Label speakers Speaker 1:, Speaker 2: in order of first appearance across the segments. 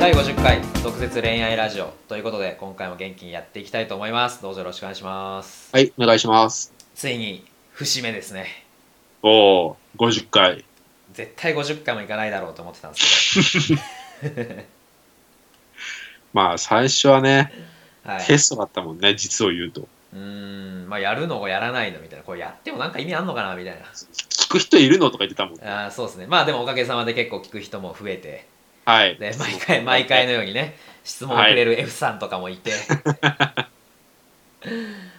Speaker 1: 第50回毒舌恋愛ラジオということで今回も元気にやっていきたいと思いますどうぞよろしくお願いします
Speaker 2: はい、お願いします。
Speaker 1: ついに節目ですね
Speaker 2: おお、50回。
Speaker 1: 絶対50回もいかないだろうと思ってたんです
Speaker 2: まあ、最初はね、
Speaker 1: けどはい
Speaker 2: テストだったもんね、実を言うと。
Speaker 1: うーんまあやるのやらないのみたいなこれやってもなんか意味あんのかなみたい
Speaker 2: 聞く人いるのとか言ってたもん。
Speaker 1: なあーそうですねまあでもおかげさまで結構聞く人も増えて
Speaker 2: はい。
Speaker 1: で毎回毎回のようにね質問をくれる F さんとかもい て、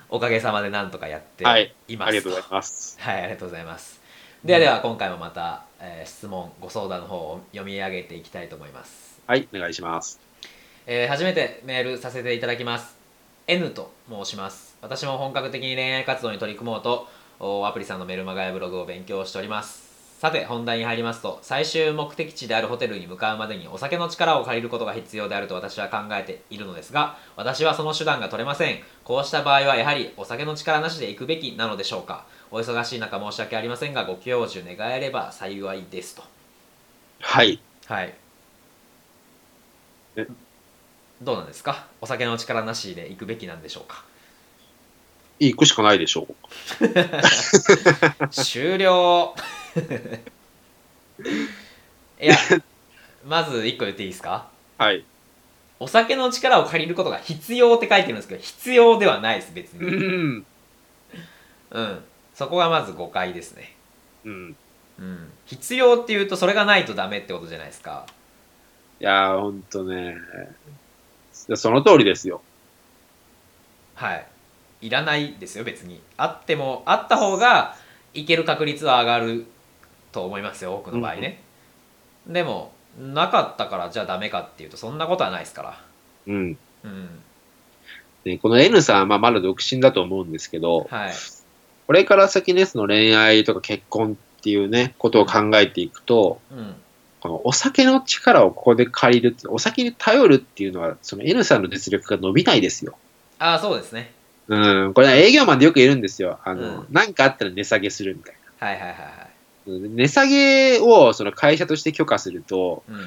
Speaker 1: おかげさまでなんとかやって
Speaker 2: はい
Speaker 1: います
Speaker 2: ありがとうございます。
Speaker 1: はい、ありがとうございます。ではでは今回もまた、えー質問ご相談の方を読み上げていきたいと思います、
Speaker 2: はい、お願いします。
Speaker 1: えー初めてメールさせていただきます N と申します私も本格的に恋愛活動に取り組もうとおアプリさんのメルマガやブログを勉強しておりますさて本題に入りますと最終目的地であるホテルに向かうまでにお酒の力を借りることが必要であると私は考えているのですが私はその手段が取れませんこうした場合はやはりお酒の力なしで行くべきなのでしょうかお忙しい中申し訳ありませんがご教授願えれば幸いですと
Speaker 2: はい。
Speaker 1: はい
Speaker 2: え
Speaker 1: どうなんですかお酒の力なしで行くべきなんでしょう
Speaker 2: 行くしかないでしょう。
Speaker 1: か 終了 いやまず1個言っていいですか
Speaker 2: はい。
Speaker 1: お酒の力を借りることが必要って書いてるんですけど必要ではないです別
Speaker 2: う
Speaker 1: に
Speaker 2: ん。
Speaker 1: うんそこがまず誤解ですね
Speaker 2: うん。
Speaker 1: うん必要っていうとそれがないとダメってことじゃないですか
Speaker 2: いやー、ほんとね。その通りですよ。
Speaker 1: はいいらないですよ別にあってもあった方がいける確率は上がると思いますよ多くの場合ね、でもなかったからじゃあダメかっていうとそんなことはないですから
Speaker 2: うん。
Speaker 1: うん
Speaker 2: ね、この N さんは、まあ、まだ独身だと思うんですけど、
Speaker 1: はい
Speaker 2: これから先ね、その恋愛とか結婚っていうね、ことを考えていくと、
Speaker 1: うん
Speaker 2: このお酒の力をここで借りるってお酒に頼るっていうのは、その N さんの実力が伸びないですよ。
Speaker 1: ああそうですね
Speaker 2: うん、これ、ね、営業マンでよくいるんですよ。あの、
Speaker 1: うん
Speaker 2: なんかあったら値下げするみたい
Speaker 1: はいはいはいはい
Speaker 2: な。うん値下げをその会社として許可すると、
Speaker 1: うん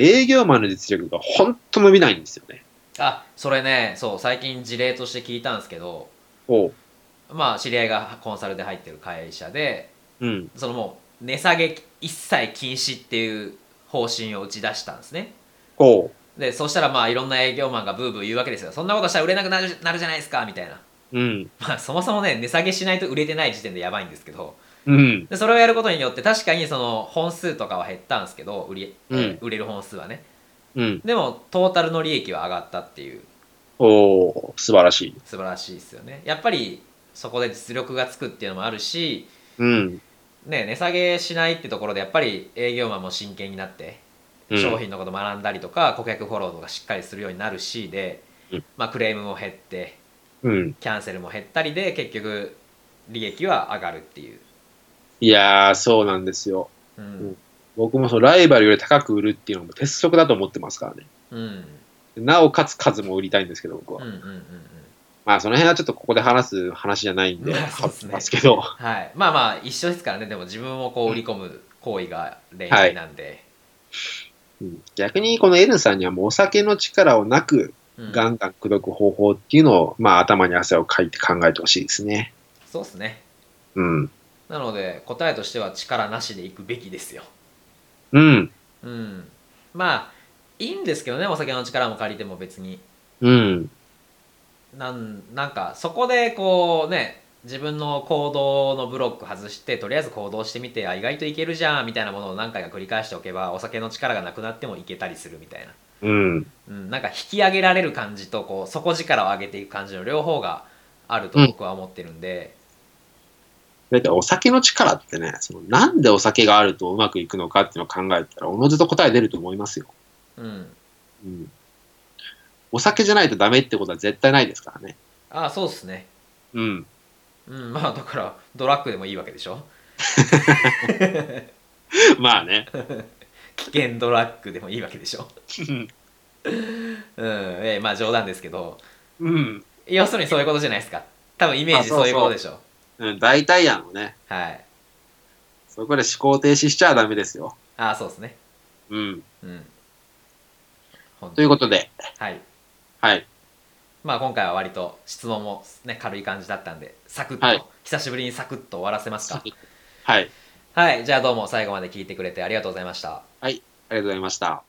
Speaker 2: 営業マンの実力が本当伸びないんですよね。
Speaker 1: あそれねそう最近事例として聞いたんですけど
Speaker 2: おう。
Speaker 1: まあ知り合いがコンサルで入ってる会社で
Speaker 2: うん。
Speaker 1: そのもう値下げ一切禁止っていう方針を打ち出したんですね
Speaker 2: こ
Speaker 1: でそうしたらまあいろんな営業マンがブーブー言うわけですよそんなことしたら売れなくなるなるじゃないですかみたいな
Speaker 2: う。うん。
Speaker 1: まあそもそもね値下げしないと売れてない時点でやばいんですけど
Speaker 2: うん。
Speaker 1: でそれをやることによって確かにその本数とかは減ったんですけど売り、えー売れる本数はね
Speaker 2: うん。
Speaker 1: でもトータルの利益は上がったっていう
Speaker 2: おう。素晴らしい。
Speaker 1: 素晴らしいですよねやっぱりそこで実力がつくっていうのもあるし
Speaker 2: うん。
Speaker 1: ね値下げしないってところでやっぱり営業マンも真剣になって
Speaker 2: うん
Speaker 1: 商品のこと学んだりとか、顧客フォローとかしっかりするようになるしで、
Speaker 2: うん
Speaker 1: まあ、クレームも減って
Speaker 2: うん。
Speaker 1: キャンセルも減ったりで結局利益は上がるっていう、
Speaker 2: いやー、そうなんですよ。
Speaker 1: うん
Speaker 2: 僕もそのライバルより高く売るっていうのも鉄則だと思ってますからね。
Speaker 1: うん、うん
Speaker 2: なおかつ数も売りたいんですけど、僕は。
Speaker 1: うんうんうん
Speaker 2: まあ、その辺はちょっとここで話す話じゃないんで、
Speaker 1: まあそうですね
Speaker 2: ますけど。
Speaker 1: はいまあまあ一緒ですからねでも自分をこう売り込む行為が恋愛なんで、
Speaker 2: うん逆にこの N さんにはもうお酒の力をなく
Speaker 1: うん
Speaker 2: ガンガン口説く方法っていうのを、まあ頭に汗をかいて考えてほしいですね。
Speaker 1: そうですね
Speaker 2: うん。
Speaker 1: なので答えとしては力なしでいくべきですよ
Speaker 2: うん。
Speaker 1: うんまあいいんですけどねお酒の力も借りても別に
Speaker 2: うん。
Speaker 1: なんなんかそこでこうね自分の行動のブロック外してとりあえず行動してみてあ意外といけるじゃんみたいなものを何回か繰り返しておけばお酒の力がなくなってもいけたりするみたいな、
Speaker 2: うん。
Speaker 1: うん、なんか引き上げられる感じとこう底力を上げていく感じの両方があると僕は思ってるんで、
Speaker 2: だけどお酒の力ってね、そのなんでお酒があるとうまくいくのかっていうのを考えたら、おのずと答え出ると思いますよ。
Speaker 1: うん、
Speaker 2: うん。お酒じゃないとダメってことは絶対ないですからね。
Speaker 1: ああそうっすね
Speaker 2: うん。
Speaker 1: うんまあだからドラッグでもいいわけでしょ
Speaker 2: まあね。
Speaker 1: 危険ドラッグでもいいわけでしょうんええまあ冗談ですけど
Speaker 2: うん。
Speaker 1: 要するにそういうことじゃないですか多分イメージ
Speaker 2: あそうそう
Speaker 1: そういうことでしょ
Speaker 2: うん、大体やのね。
Speaker 1: はい
Speaker 2: そこで思考停止しちゃダメですよ。
Speaker 1: ああそうですね
Speaker 2: うん。
Speaker 1: うん本当
Speaker 2: ということで、
Speaker 1: はい。
Speaker 2: はい。
Speaker 1: まあ今回は割と質問もね、軽い感じだったんで、サクッと、
Speaker 2: はい
Speaker 1: 久しぶりにサクッと終わらせますか。
Speaker 2: はい。
Speaker 1: はい。じゃあどうも最後まで聞いてくれてありがとうございました。
Speaker 2: ありがとうございました。